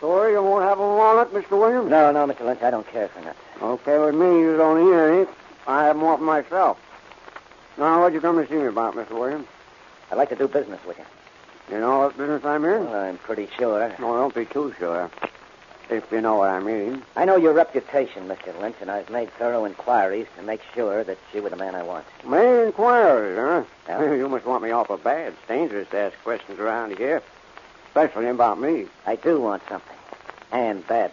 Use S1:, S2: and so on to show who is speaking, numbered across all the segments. S1: Sorry, you won't have a walnut, Mr. Williams?
S2: No, no, Mr. Lynch, I don't care for nuts.
S1: Okay with me, you don't eat any. I have more for myself. Now, what'd you come to see me about, Mr. Williams?
S2: I'd like to do business with you.
S1: You know what business I'm in?
S2: Well, I'm pretty sure.
S1: No, don't be too sure. If you know what I mean.
S2: I know your reputation, Mr. Lynch, and I've made thorough inquiries to make sure that you were the man I want.
S1: Made inquiries, huh?
S2: Yeah.
S1: You must want me awful bad. It's dangerous to ask questions around here, especially about me.
S2: I do want something. And bad.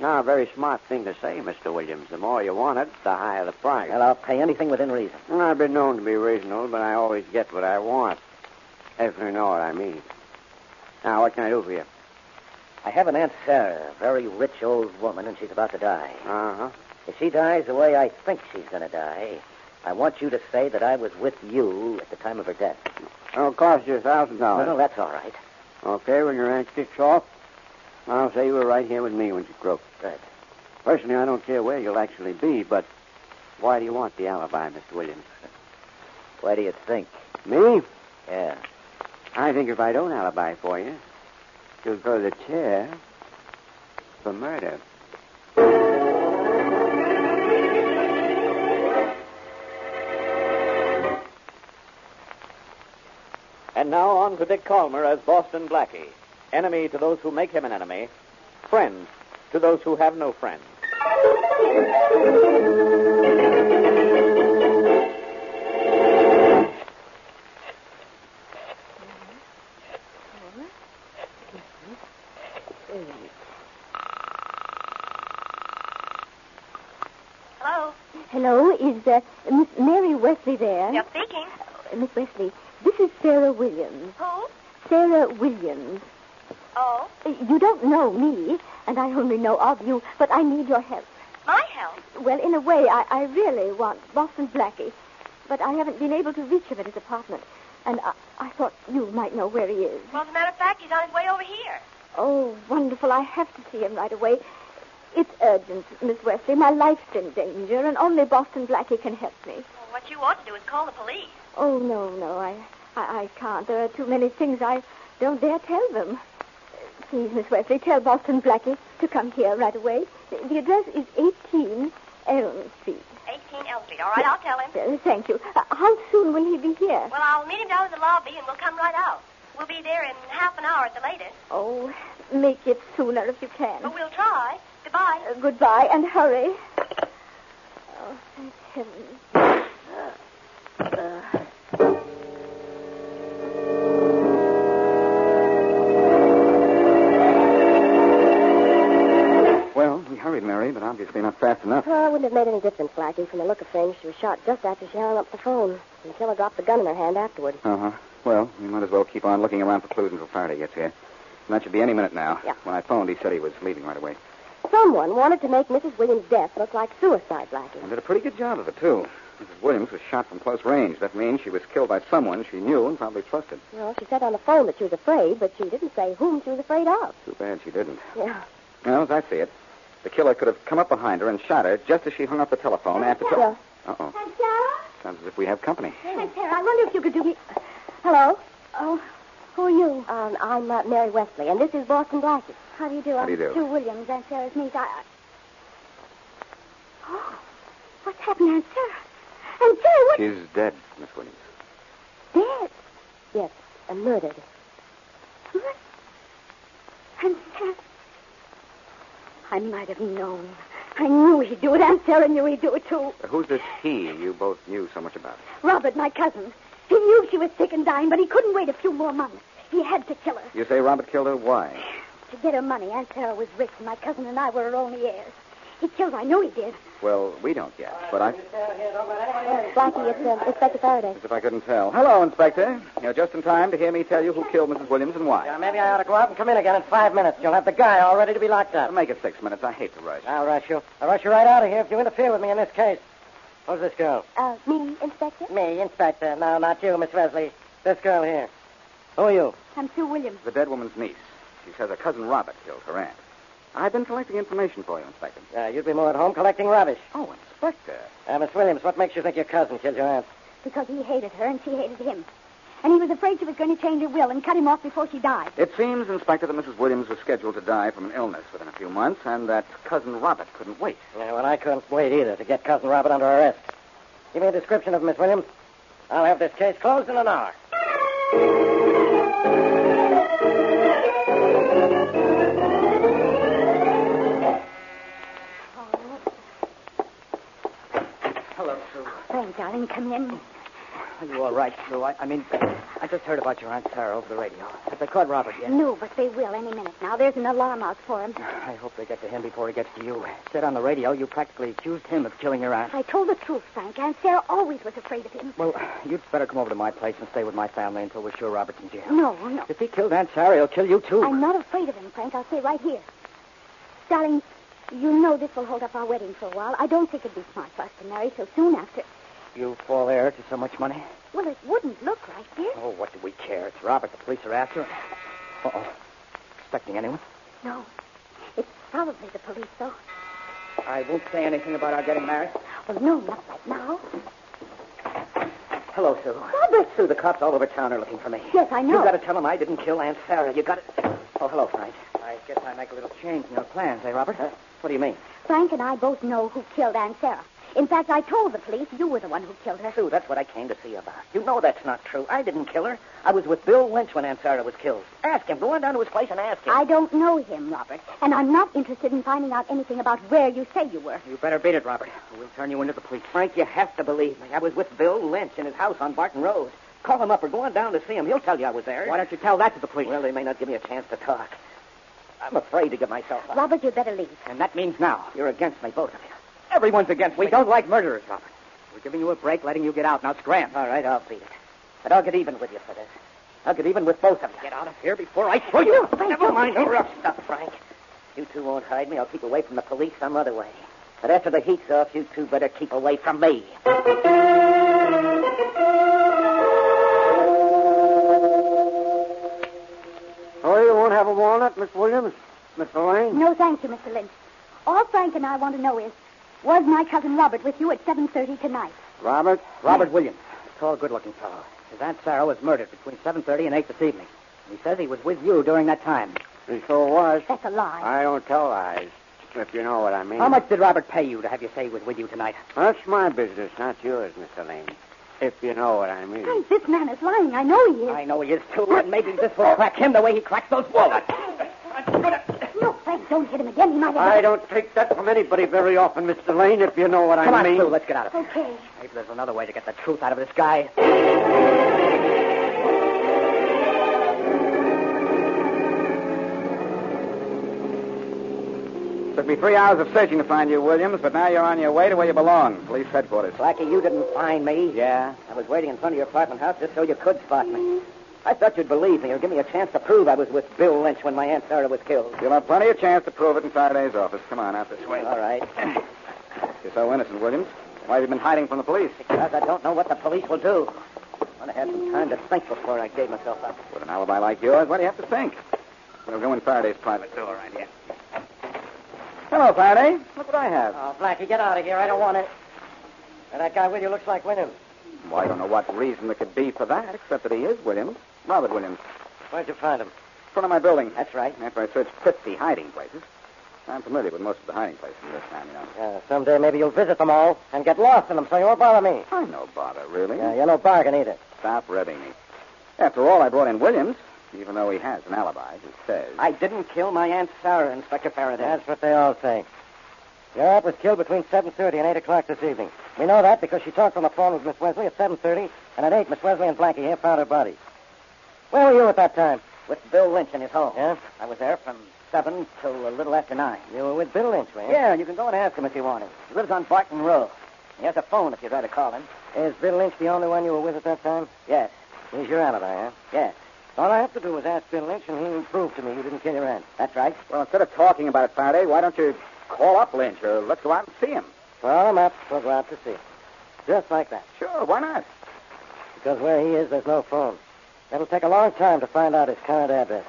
S1: Not a very smart thing to say, Mr. Williams. The more you want it, the higher the price.
S2: Well, I'll pay anything within reason.
S1: And I've been known to be reasonable, but I always get what I want. If you know what I mean. Now, what can I do for you?
S2: I have an aunt Sarah, a very rich old woman, and she's about to die.
S1: Uh huh.
S2: If she dies the way I think she's going to die, I want you to say that I was with you at the time of her death.
S1: It'll cost you a thousand
S2: No, no,
S1: dollars.
S2: that's all right.
S1: Okay, when your aunt kicks off, I'll say you were right here with me when she croaked.
S2: Good.
S1: Personally, I don't care where you'll actually be, but why do you want the alibi, Mr. Williams?
S2: Why do you think?
S1: Me?
S2: Yeah.
S1: I think if I don't alibi for you, you'll go to the chair for murder.
S3: And now on to Dick Calmer as Boston Blackie, enemy to those who make him an enemy, friend to those who have no friends.
S4: Hello.
S5: Hello, is uh, Miss Mary Wesley there?
S4: You're speaking.
S5: Uh, Miss Wesley, this is Sarah Williams.
S4: Who?
S5: Sarah Williams.
S4: Oh,
S5: Uh, You don't know me, and I only know of you, but I need your help.
S4: my help.
S5: Well, in a way, I, I really want Boston Blackie, but I haven't been able to reach him at his apartment, and I, I thought you might know where he is.
S4: Well, as a matter of fact, he's on his way over here.
S5: Oh, wonderful. I have to see him right away. It's urgent, Miss Wesley. My life's in danger, and only Boston Blackie can help me.
S4: Well, what you ought to do is call the police.
S5: Oh, no, no, I, I, I can't. There are too many things I don't dare tell them. Uh, Please, Miss Wesley, tell Boston Blackie to come here right away. The- The address is 18 Elm Street.
S4: 18 Elm Street. All right, I'll tell him.
S5: Uh, thank you. Uh, how soon will he be here?
S4: Well, I'll meet him down in the lobby, and we'll come right out. We'll be there in half an hour at the latest.
S5: Oh, make it sooner if you can.
S4: But we'll try. Goodbye.
S5: Uh, goodbye and hurry. Oh, thank heaven.
S1: Well, we hurried, Mary, but I'll be Obviously not fast enough.
S6: Oh, it wouldn't have made any difference, Blackie. From the look of things, she was shot just after she hung up the phone. And the killer dropped the gun in her hand afterward.
S1: Uh-huh. Well, we might as well keep on looking around for clues until Faraday gets here. And that should be any minute now.
S6: Yeah.
S1: When I phoned, he said he was leaving right away.
S6: Someone wanted to make Mrs. Williams' death look like suicide, Blackie.
S1: And did a pretty good job of it, too. Mrs. Williams was shot from close range. That means she was killed by someone she knew and probably trusted.
S6: Well, she said on the phone that she was afraid, but she didn't say whom she was afraid of.
S1: Too bad she didn't.
S6: Yeah.
S1: Well, as I see it, the killer could have come up behind her and shot her just as she hung up the telephone after...
S6: Sarah.
S1: Uh-oh.
S5: Aunt Sarah?
S1: Sounds as if we have company.
S5: Aunt Sarah, I wonder if you could do me.
S6: Hello?
S5: Oh, who are you?
S6: Um, I'm uh, Mary Wesley, and this is Boston Blackie.
S5: How do you do?
S1: How do you
S5: I'm
S1: do?
S5: Sue Williams, Aunt Sarah's niece. I. I... Oh, what's happened, to Aunt Sarah? Aunt Sarah, what?
S1: She's dead, Miss Williams.
S5: Dead.
S6: Yes, uh, murdered.
S5: What? Aunt Sarah. I might have known. I knew he'd do it. Aunt Sarah knew he'd do it too.
S1: Uh, Who's this he you both knew so much about?
S5: Robert, my cousin. He knew she was sick and dying, but he couldn't wait a few more months. He had to kill her.
S1: You say Robert killed her? Why?
S5: To get her money, Aunt Sarah was rich, and my cousin and I were her only heirs. He killed her. I know he did.
S1: Well, we don't yet, but I...
S6: Blackie, it's uh, Inspector Faraday.
S1: As if I couldn't tell. Hello, Inspector. You're just in time to hear me tell you who killed Mrs. Williams and why.
S2: Yeah, maybe I ought to go out and come in again in five minutes. You'll have the guy all ready to be locked up.
S1: Make it six minutes. I hate to rush.
S2: I'll rush you. I'll rush you right out of here if you interfere with me in this case. Who's this girl?
S6: Uh, me, Inspector?
S2: Me, Inspector. No, not you, Miss Wesley. This girl here. Who are you?
S5: I'm Sue Williams.
S1: The dead woman's niece. She says her cousin Robert killed her aunt. I've been collecting information for you, Inspector.
S2: Uh, you'd be more at home collecting rubbish.
S1: Oh, Inspector.
S2: Uh, Miss Williams, what makes you think your cousin killed your aunt?
S5: Because he hated her, and she hated him. And he was afraid she was going to change her will and cut him off before she died.
S1: It seems, Inspector, that Mrs. Williams was scheduled to die from an illness within a few months, and that cousin Robert couldn't wait.
S2: Yeah, well, I couldn't wait either to get Cousin Robert under arrest. Give me a description of Miss Williams. I'll have this case closed in an hour. Hello, Sue.
S5: Frank, darling, come in.
S2: Are you all right, Sue? I, I mean, I just heard about your Aunt Sarah over the radio. Have they caught Robert yet?
S5: No, but they will any minute now. There's an alarm out for him.
S2: I hope they get to him before he gets to you. Said on the radio you practically accused him of killing your aunt.
S5: I told the truth, Frank. Aunt Sarah always was afraid of him.
S2: Well, you'd better come over to my place and stay with my family until we're sure Robert's in jail.
S5: No, no.
S2: If he killed Aunt Sarah, he'll kill you, too.
S5: I'm not afraid of him, Frank. I'll stay right here. Darling, you know this will hold up our wedding for a while. I don't think it'd be smart for us to marry so soon after.
S2: You fall heir to so much money?
S5: Well, it wouldn't look right, dear.
S2: Oh, what do we care? It's Robert. The police are after him. Uh-oh. Expecting anyone?
S5: No. It's probably the police, though.
S2: I won't say anything about our getting married.
S5: Well, no, not right now.
S2: Hello, Sue. Robert! Sue, the cops all over town are looking for me.
S5: Yes, I know.
S2: You gotta tell them I didn't kill Aunt Sarah. You gotta... Oh, hello, Frank. I guess I make a little change in your plans, eh, Robert? what do you mean?
S5: Frank and I both know who killed Aunt Sarah. In fact, I told the police you were the one who killed her.
S2: Sue, that's what I came to see you about. You know that's not true. I didn't kill her. I was with Bill Lynch when Aunt Sarah was killed. Ask him. Go on down to his place and ask him.
S5: I don't know him, Robert, and I'm not interested in finding out anything about where you say you were.
S2: You better beat it, Robert. or We'll turn you into the police. Frank, you have to believe me. I was with Bill Lynch in his house on Barton Road. Call him up or go on down to see him. He'll tell you I was there. Why don't you tell that to the police? Well, they may not give me a chance to talk. I'm afraid to give myself up.
S5: Robert, you'd better leave.
S2: And that means now. You're against me, both of you. Everyone's against me. We don't like murderers, Robert. We're giving you a break, letting you get out. Now scram. All right, I'll beat it. But I'll get even with you for this. I'll get even with both of you. Get out of here before I throw you. Never mind. No rough stuff, Frank. You two won't hide me. I'll keep away from the police some other way. But after the heat's off, you two better keep away from me.
S1: Oh, you won't have a walnut, Miss Williams? Miss Lane?
S5: No, thank you, Mr. Lynch. All Frank and I want to know is, was my cousin Robert with you at 7.30 tonight?
S1: Robert?
S2: Robert Williams, a tall, good-looking fellow. His aunt Sarah was murdered between 7.30 and 8 this evening. He says he was with you during that time.
S1: And so was.
S5: That's a lie.
S1: I don't tell lies, if you know what I mean.
S2: How much did Robert pay you to have you say he was with you tonight?
S1: That's my business, not yours, Miss Lane. If you know what I mean.
S5: Frank, this man is lying. I know he is.
S2: I know he is, too, and maybe this will crack him the way he cracked those walnuts. I'm gonna...
S5: No, Frank, don't hit him again. He might have...
S1: I don't take that from anybody very often, Mr. Lane, if you know what
S2: Come
S1: I
S2: on,
S1: mean.
S2: Sue, let's get out of here.
S5: Okay.
S2: Maybe there's another way to get the truth out of this guy.
S1: But
S7: Took me three hours of searching to find you, Williams, but now you're on your way to where you belong, police headquarters.
S2: Blackie, you didn't find me. Yeah. I was waiting in front of your apartment house just so you could spot me. I thought you'd believe me or give me a chance to prove I was with Bill Lynch when my Aunt Sarah was killed.
S7: You'll have plenty of chance to prove it in Faraday's office. Come on, out this way.
S2: All right.
S7: You're so innocent, Williams. Why have you been hiding from the police?
S2: Because I don't know what the police will do. I had some time to think before I gave myself up.
S7: With an alibi like yours, what do you have to think? We'll go in Faraday's private door right here. Hello, Faraday. Look what I have.
S2: Oh, Blackie, get out of here. I don't want it. And that guy with you looks like Wyndham.
S7: Well, I don't know what reason there could be for that, except that he is Williams. Robert Williams.
S2: Where'd you find him?
S7: In front of my building.
S2: That's right.
S7: After I searched 50 hiding places. I'm familiar with most of the hiding places in this town, you know.
S2: Uh, someday maybe you'll visit them all and get lost in them so you won't bother me.
S7: I'm no bother, really.
S2: Yeah, you're no bargain either.
S7: Stop ribbing me. After all, I brought in Williams, even though he has an alibi, he says.
S2: I didn't kill my Aunt Sarah, Inspector Faraday. That's what they all say. Your aunt was killed between 7.30 and 8 o'clock this evening. We know that because she talked on the phone with Miss Wesley at 7.30, and at 8, Miss Wesley and Blackie here found her body. Where were you at that time? With Bill Lynch in his home. Yeah? I was there from 7 till a little after 9. You were with Bill Lynch, were you? Yeah, and you can go and ask him if you want him. He lives on Barton Road. He has a phone if you'd rather call him. Is Bill Lynch the only one you were with at that time? Yes. He's your alibi, huh? Yes. All I have to do is ask Bill Lynch, and he'll prove to me you didn't kill your aunt. That's right.
S7: Well, instead of talking about it, Faraday, why don't you call up Lynch or let's go out and see him?
S2: Well, I'm up. We'll go out to see. him. Just like that.
S7: Sure, why not?
S2: Because where he is, there's no phone. It'll take a long time to find out his current address.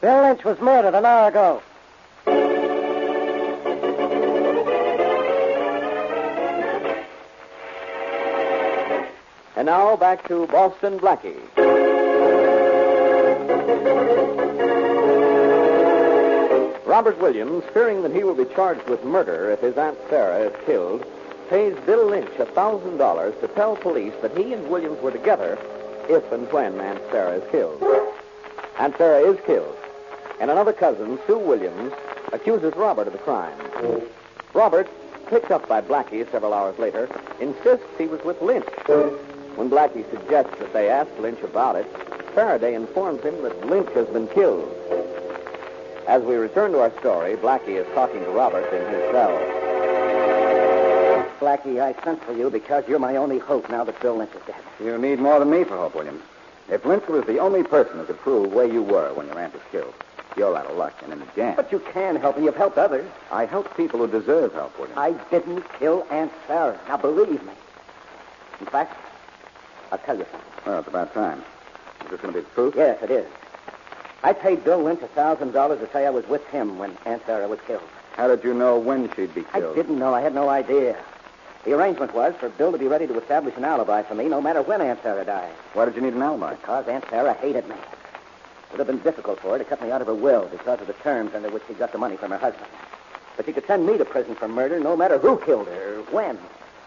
S2: Bill Lynch was murdered an hour ago.
S3: And now back to Boston Blackie. Robert Williams, fearing that he will be charged with murder if his Aunt Sarah is killed, pays Bill Lynch $1,000 to tell police that he and Williams were together if and when Aunt Sarah is killed. Aunt Sarah is killed, and another cousin, Sue Williams, accuses Robert of the crime. Robert, picked up by Blackie several hours later, insists he was with Lynch. When Blackie suggests that they ask Lynch about it, Faraday informs him that Lynch has been killed. As we return to our story, Blackie is talking to Robert in his cell.
S2: Blackie, I sent for you because you're my only hope now that Bill Lynch is dead.
S7: You need more than me for hope, Williams. If Lynch was the only person who could prove where you were when your aunt was killed, you're out of luck and in a jam.
S2: But you can help, and you've helped others.
S7: I help people who deserve help, Williams.
S2: I didn't kill Aunt Sarah. Now, believe me. In fact, I'll tell you something.
S7: Well, it's about time. Is this going to be the truth?
S2: Yes, it is. I paid Bill Lynch $1,000 to say I was with him when Aunt Sarah was killed.
S7: How did you know when she'd be
S2: I
S7: killed?
S2: didn't know. I had no idea. The arrangement was for Bill to be ready to establish an alibi for me no matter when Aunt Sarah died.
S7: Why did you need an alibi?
S2: Because Aunt Sarah hated me. It would have been difficult for her to cut me out of her will because of the terms under which she got the money from her husband. But she could send me to prison for murder no matter who killed her or when.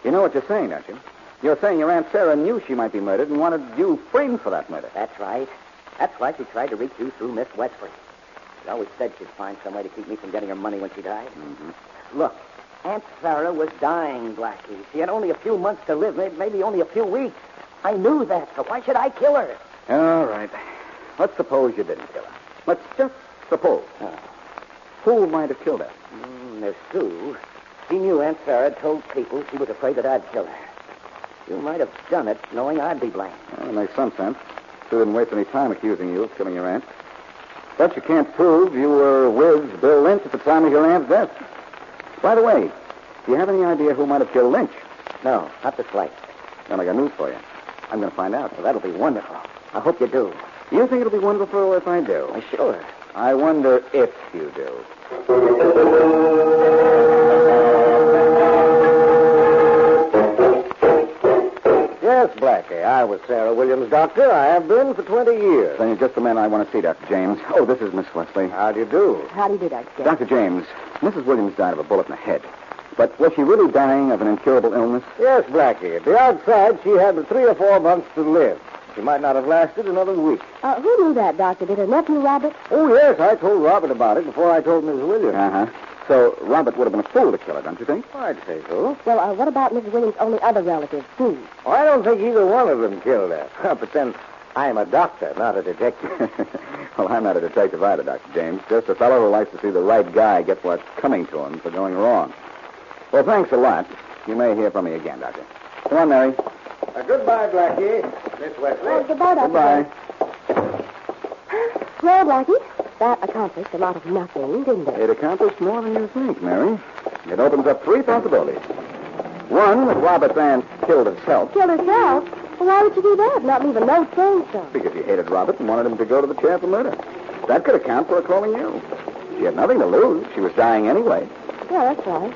S7: You know what you're saying, don't you? You're saying your Aunt Sarah knew she might be murdered and wanted you framed for that murder.
S2: That's right. That's why she tried to reach you through Miss Wesley. She always said she'd find some way to keep me from getting her money when she died.
S7: Mm-hmm.
S2: Look, Aunt Sarah was dying, Blackie. She had only a few months to live, may- maybe only a few weeks. I knew that, so why should I kill her?
S7: All right. Let's suppose you didn't kill her. Let's just suppose.
S2: Oh.
S7: Who might have killed her?
S2: Mm, there's Sue. She knew Aunt Sarah had told people she was afraid that I'd kill her. You might have done it knowing I'd be blamed.
S7: Well, it makes some sense. Sue didn't waste any time accusing you of killing your aunt. But you can't prove you were with Bill Lynch at the time of your aunt's death. By the way, do you have any idea who might have killed Lynch?
S2: No, not the slightest.
S7: Then I got news for you. I'm going to find out.
S2: Well, that'll be wonderful. I hope you do.
S7: You think it'll be wonderful if I do?
S2: Why, sure.
S7: I wonder if you do.
S8: Yes, Blackie. I was Sarah Williams' doctor. I have been for 20 years.
S7: Then you're just the man I want to see, Dr. James. Oh, this is Miss Wesley.
S8: How do you do?
S6: How do you do, Dr. James?
S7: Dr. James, Mrs. Williams died of a bullet in the head. But was she really dying of an incurable illness?
S8: Yes, Blackie. At the outside, she had three or four months to live. She might not have lasted another week.
S6: Uh, who knew that, Doctor? Did her nephew, Robert?
S8: Oh, yes, I told Robert about it before I told Miss Williams.
S2: Uh-huh.
S7: Uh huh. So Robert would have been a fool to kill her, don't you think?
S8: I'd say so. Oh,
S6: Well, uh, what about Mrs. Williams' only other relative, Sue?
S8: Well, I don't think either one of them killed her. but then,
S9: I'm a doctor, not a detective.
S2: Well, I'm not a detective either, Dr. James. Just a fellow who likes to see the right guy get what's coming to him for going wrong. Well, thanks a lot. You may hear from me again, Doctor. Come on, Mary.
S9: Uh, goodbye, Blackie. Miss Wesley.
S5: Oh, goodbye, Dr.
S2: Goodbye.
S5: Well, Blackie, that accomplished a lot of nothing, didn't it?
S2: It accomplished more than you think, Mary. It opens up three possibilities. One, that Robert Vance killed himself.
S5: Killed herself? Well, why would she do that? Not leave a note saying so.
S2: Because she hated Robert and wanted him to go to the chair for murder. That could account for her calling you. She had nothing to lose. She was dying anyway.
S5: Yeah, that's right.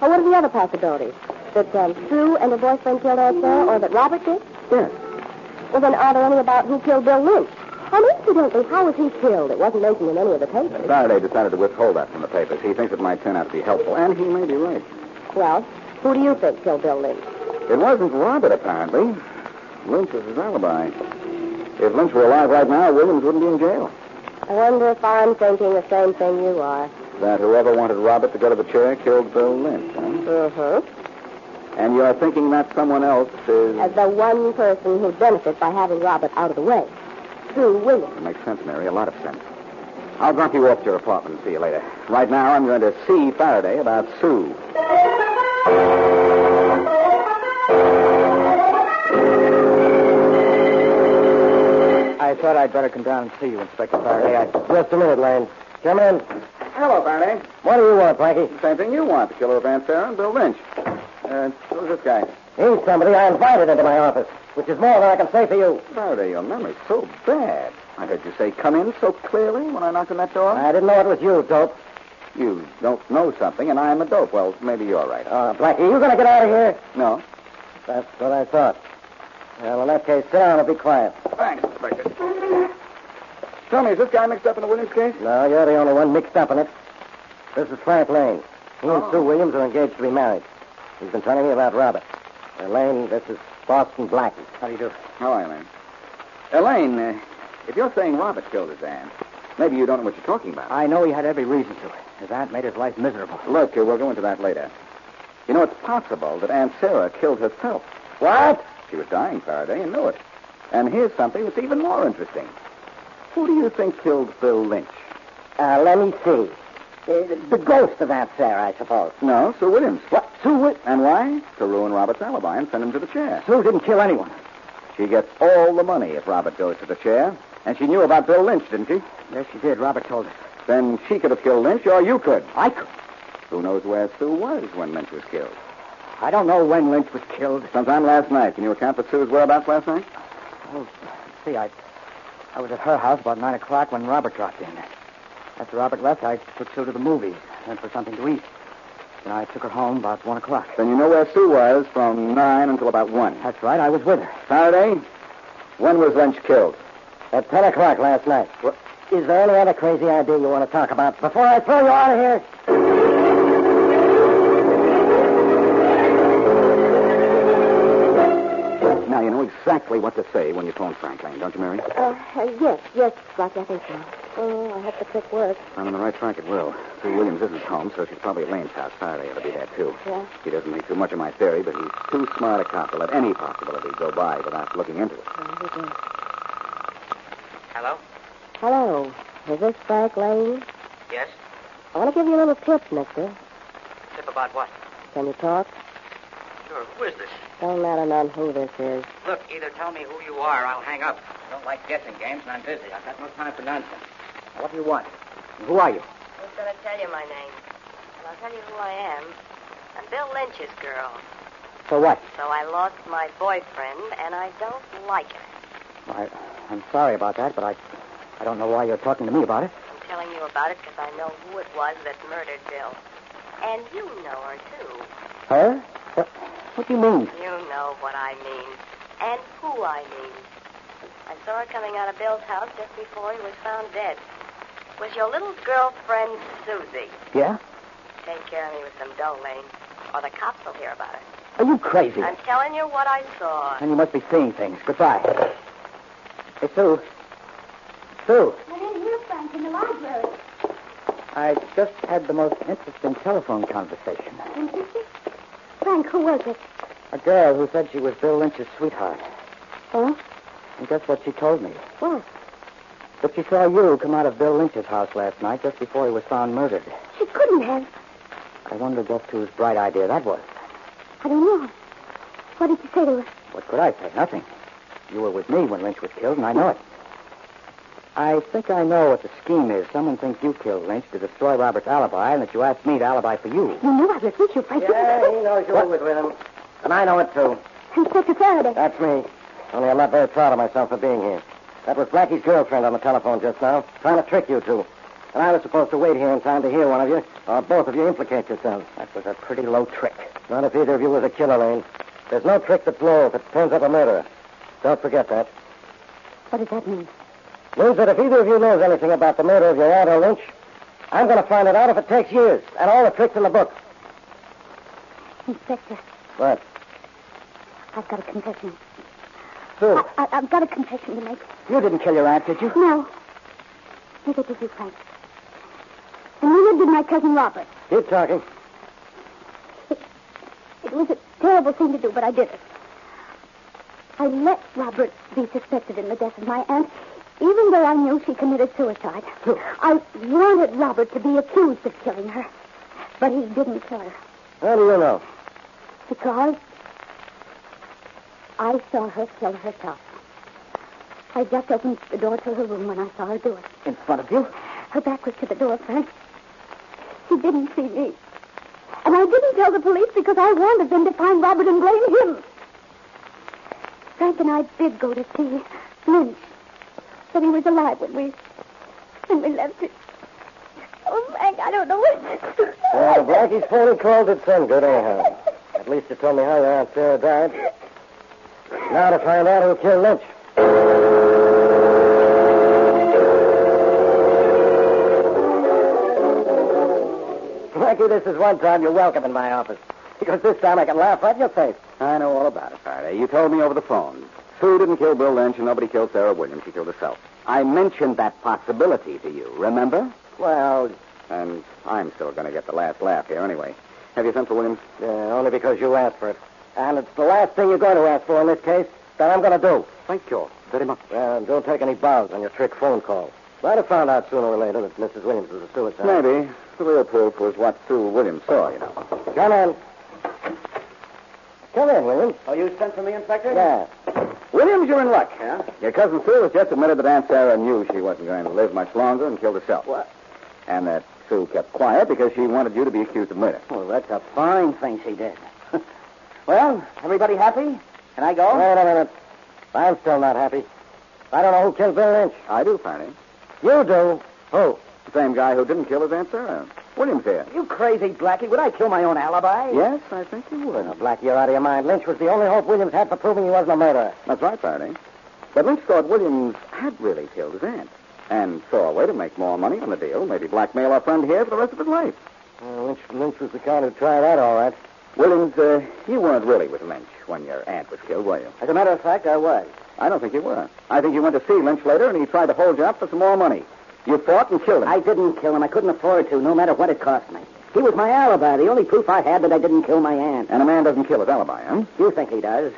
S5: Or what are the other possibilities? That um, Sue and her boyfriend killed Aunt Sarah, or that Robert did?
S2: Yes.
S5: Well, then are there any about who killed Bill Lynch? And incidentally, how was he killed? It wasn't mentioned in any of the papers.
S2: Faraday decided to withhold that from the papers. He thinks it might turn out to be helpful, and he may be right.
S5: Well, who do you think killed Bill Lynch?
S2: It wasn't Robert, apparently. Lynch was his alibi. If Lynch were alive right now, Williams wouldn't be in jail.
S5: I wonder if I'm thinking the same thing you are.
S2: That whoever wanted Robert to go to the chair killed Bill Lynch, huh?
S5: Uh-huh.
S2: And you're thinking that someone else is...
S5: As the one person who benefits by having Robert out of the way. Sue Williams.
S2: It makes sense, Mary. A lot of sense. I'll drop you off to your apartment and see you later. Right now, I'm going to see Faraday about Sue.
S10: I thought I'd better come down and see you, Inspector Faraday. I... Just a minute, Lane. Come in.
S2: Hello, Faraday.
S10: What do you want, Blackie?
S2: Same thing you want, the killer of Van Farren, Bill Lynch. Uh, who's this guy?
S10: He's somebody I invited into my office, which is more than I can say for you.
S2: Faraday, your memory's so bad. I heard you say come in so clearly when I knocked on that door.
S10: I didn't know it was you, dope.
S2: You don't know something, and I'm a dope. Well, maybe you're right.
S10: Uh, Blackie, you gonna get out of here?
S2: no.
S10: That's what I thought. Well, in that case, sit down and be quiet.
S2: Thanks, Inspector. Tell me, is this guy mixed up in the Williams case?
S10: No, you're the only one mixed up in it. This is Frank Lane. He and
S2: Oh.
S10: Sue Williams are engaged to be married. He's been telling me about Robert. Uh, Lane, this is Boston Blackie. How do you do?
S2: How are you, Elaine? Elaine, uh, if you're saying Robert killed his aunt, maybe you don't know what you're talking about.
S10: I know he had every reason to. His aunt made his life miserable.
S2: Look, uh, we'll go into that later. You know, it's possible that Aunt Sarah killed herself.
S10: What?
S2: She was dying, Faraday, and knew it. And here's something that's even more interesting. Who do you think killed Bill Lynch?
S10: Uh, let me see. Uh, the ghost of Aunt Sarah, I suppose.
S2: No, Sue Williams.
S10: What? Sue Wi-
S2: And why? To ruin Robert's alibi and send him to the chair.
S10: Sue didn't kill anyone.
S2: She gets all the money if Robert goes to the chair. And she knew about Bill Lynch, didn't she?
S10: Yes, she did. Robert told us.
S2: Then she could have killed Lynch, or you could.
S10: I could.
S2: Who knows where Sue was when Lynch was killed?
S10: I don't know when Lynch was killed.
S2: Sometime last night. Can you account for Sue's whereabouts last night?
S10: Oh, see, I, I was at her house about nine o'clock when Robert dropped in. After Robert left, I took Sue to the movies, went for something to eat. Then I took her home about one o'clock.
S2: Then you know where Sue was from nine until about one.
S10: That's right, I was with her
S2: Faraday, when was Lynch killed?
S10: at ten o'clock last night. What? Is there any other crazy idea you want to talk about before I throw you out of here?
S2: Now you know exactly what to say when you phone Frank Lane, don't you, Mary?
S5: Uh, uh, yes, yes, Blackie, I think so. Oh, I hope the trick works.
S2: I'm on the right track. It will. Sue Williams isn't home, so she's probably at Lane's house. Faraday ought to be there too.
S5: Yeah.
S2: He doesn't think too much of my theory, but he's too smart a cop to let any possibility go by without looking into it.
S5: Oh, we do.
S11: Hello?
S5: Hello, is this Frank Lane?
S11: Yes?
S5: I want to give you a little tip, mister.
S11: Tip about what?
S5: Can you talk?
S11: Sure. Who is this?
S5: Don't matter none who this is.
S11: Look, either tell me who you are or I'll hang up. I don't like guessing games, and I'm busy. I've got no time for nonsense.
S10: Now, what do you want? And who are you?
S11: Who's going to tell you my name?
S4: And I'll tell you who I am. I'm Bill Lynch's girl.
S10: So what?
S4: So I lost my boyfriend, and I don't like it.
S10: I, I'm sorry about that, but I, I don't know why you're talking to me about it.
S4: I'm telling you about it because I know who it was that murdered Bill. And you know her, too.
S10: Her? What, what do you mean?
S4: You know what I mean. And who I mean. I saw her coming out of Bill's house just before he was found dead. It was your little girlfriend, Susie.
S10: Yeah?
S4: Take care of me with some dough, Lane, or the cops will hear about it.
S10: Are you crazy?
S4: I'm telling you what I saw.
S10: And you must be seeing things. Goodbye. Hey, Sue. Sue,
S12: I didn't hear Frank in the library.
S10: I just had the most interesting telephone conversation.
S12: Interesting. Frank, who was it?
S10: A girl who said she was Bill Lynch's sweetheart.
S12: Oh?
S13: And guess what she told me?
S5: What?
S13: That she saw you come out of Bill Lynch's house last night just before he was found murdered.
S5: She couldn't have.
S13: I wonder just whose bright idea that was.
S5: I don't know. What did you say to her?
S13: What could I say? Nothing. You were with me when Lynch was killed, and I know it. I think I know what the scheme is. Someone thinks you killed Lynch to destroy Robert's alibi, and that you asked me to alibi for you.
S5: You knew I was with you, Frank.
S2: Yeah, he knows you were with him. And I know it, too.
S5: Inspector Faraday.
S2: That's me. Only I'm not very proud of myself for being here. That was Blackie's girlfriend on the telephone just now, trying to trick you two. And I was supposed to wait here in time to hear one of you, or both of you implicate yourselves. That was a pretty low trick. Not if either of you was a killer, Lane. There's no trick that's low if it turns up a murderer. Don't forget that.
S5: What does that mean?
S2: Means that if either of you knows anything about the murder of your aunt or Lynch, I'm going to find it out if it takes years, and all the tricks in the book.
S5: Inspector,
S2: What?
S5: I've got a confession.
S2: Sue,
S5: I, I've got a confession to make.
S2: you didn't kill your aunt, did you?
S5: No. Neither did you, Frank. And neither did my cousin Robert.
S2: Keep talking.
S5: It was a terrible thing to do, but I did it. I let Robert be suspected in the death of my aunt, even though I knew she committed suicide. I wanted Robert to be accused of killing her, but he didn't kill her
S2: How do you know?
S5: because I saw her kill herself. I just opened the door to her room when I saw her do it.
S2: In front of you?
S5: Her back was to the door, Frank. She didn't see me. And I didn't tell the police because I wanted them to find Robert and blame him. Frank and I did go to see Lynch. But he was alive when we when we left it. Oh, Frank, I don't know what to do.
S2: Well, Blackie's phony call did some good, anyhow. At least it told me how your aunt Sarah died. Now to find out who killed Lynch. Blackie, this is one time you're welcome in my office. Because this time I can laugh right in your face.
S14: I know all about it, Faraday. You told me over the phone. Sue didn't kill Bill Lynch, and nobody killed Sarah Williams. She killed herself. I mentioned that possibility to you, remember?
S2: Well,
S14: And I'm still going to get the last laugh here anyway. Have you sent for Williams?
S2: uh, only because you asked for it. And it's the last thing you're going to ask for in this case that I'm going to do.
S14: Thank you very much.
S2: Well, don't take any bows on your trick phone call. Might have found out sooner or later that Mrs. Williams was a suicide.
S14: Maybe. The real proof was what Sue Williams saw, you know.
S2: Come in. Come in, Williams.
S15: Oh, you sent for me, Inspector?
S2: Yeah.
S14: Williams, you're in luck.
S15: Yeah?
S14: Your cousin Sue has just admitted that Aunt Sarah knew she wasn't going to live much longer and killed herself.
S15: What?
S14: And that Sue kept quiet because she wanted you to be accused of murder.
S2: Well, that's a
S15: Fine thing she did. well, everybody happy? Can I go?
S2: Wait a minute. I'm still not happy. I don't know who killed Bill Lynch.
S14: I do, Faraday.
S2: You do.
S14: Who? The same guy who didn't kill his uh, Aunt Sarah. Williams here.
S15: You crazy, Blackie. Would I kill my own alibi?
S14: Yes, I think you would.
S2: Now, Blackie, you're out of your mind. Lynch was the only hope Williams had for proving he wasn't a murderer.
S14: That's right, Faraday. But Lynch thought Williams had really killed his aunt and saw a way to make more money on the deal, maybe blackmail our friend here for the rest of his life.
S2: Well, Lynch, Lynch was the kind who tried that, all right.
S14: Williams, uh, you weren't really with Lynch when your aunt was killed, were you?
S2: As a matter of fact, I was.
S14: I don't think you were. I think you went to see Lynch later and he tried to hold you up for some more money. You fought and killed him.
S2: I didn't kill him. I couldn't afford to, no matter what it cost me. He was my alibi, the only proof I had that I didn't kill my aunt.
S14: And a man doesn't kill his alibi, huh?
S2: You think he does?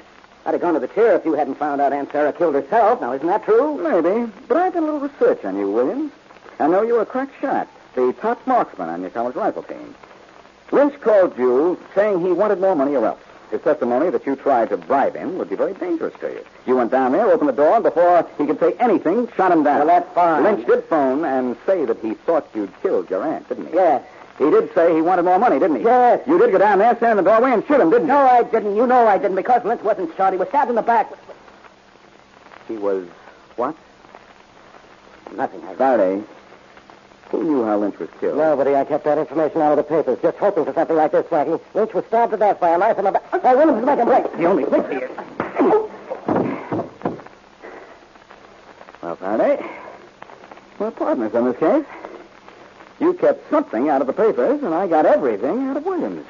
S2: I'd have gone to the chair if you hadn't found out Aunt Sarah killed herself. Now, isn't that true?
S14: Maybe. But I've done a little research on you, Williams. I know you're a crack shot, the top marksman on your college rifle team. Lynch called you saying he wanted more money or else. His testimony that you tried to bribe him would be very dangerous to you. You went down there, opened the door, and before he could say anything, shot him down.
S2: Well, that's fine.
S14: Lynch did phone and say that he thought you'd killed your aunt, didn't he?
S2: Yes.
S14: He did say he wanted more money, didn't he?
S2: Yes.
S14: You did go down there, stand in the doorway, and shoot him, didn't you?
S2: No, I didn't. You know I didn't because Lynch wasn't shot. He was stabbed in the back.
S14: He was what?
S2: Nothing. I
S14: Faraday. Who knew how Lynch was killed?
S2: Nobody. I kept that information out of the papers, just hoping for something like this, Blackie. Lynch was stabbed to death by a knife in the back. Hey, Williams is making break.
S14: The only thing here. Well, Faraday, we're partners on this case. You kept something out of the papers, and I got everything out of Williams.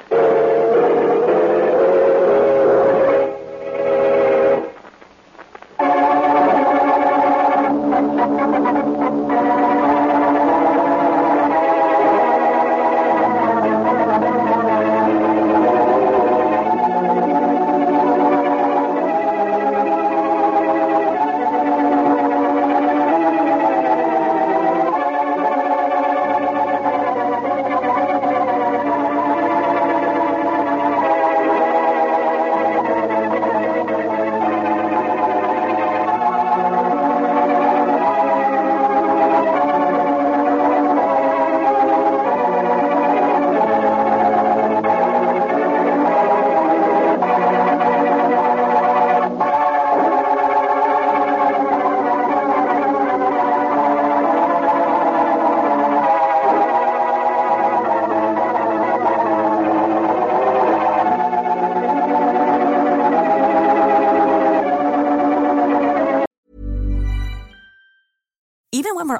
S16: Even when we're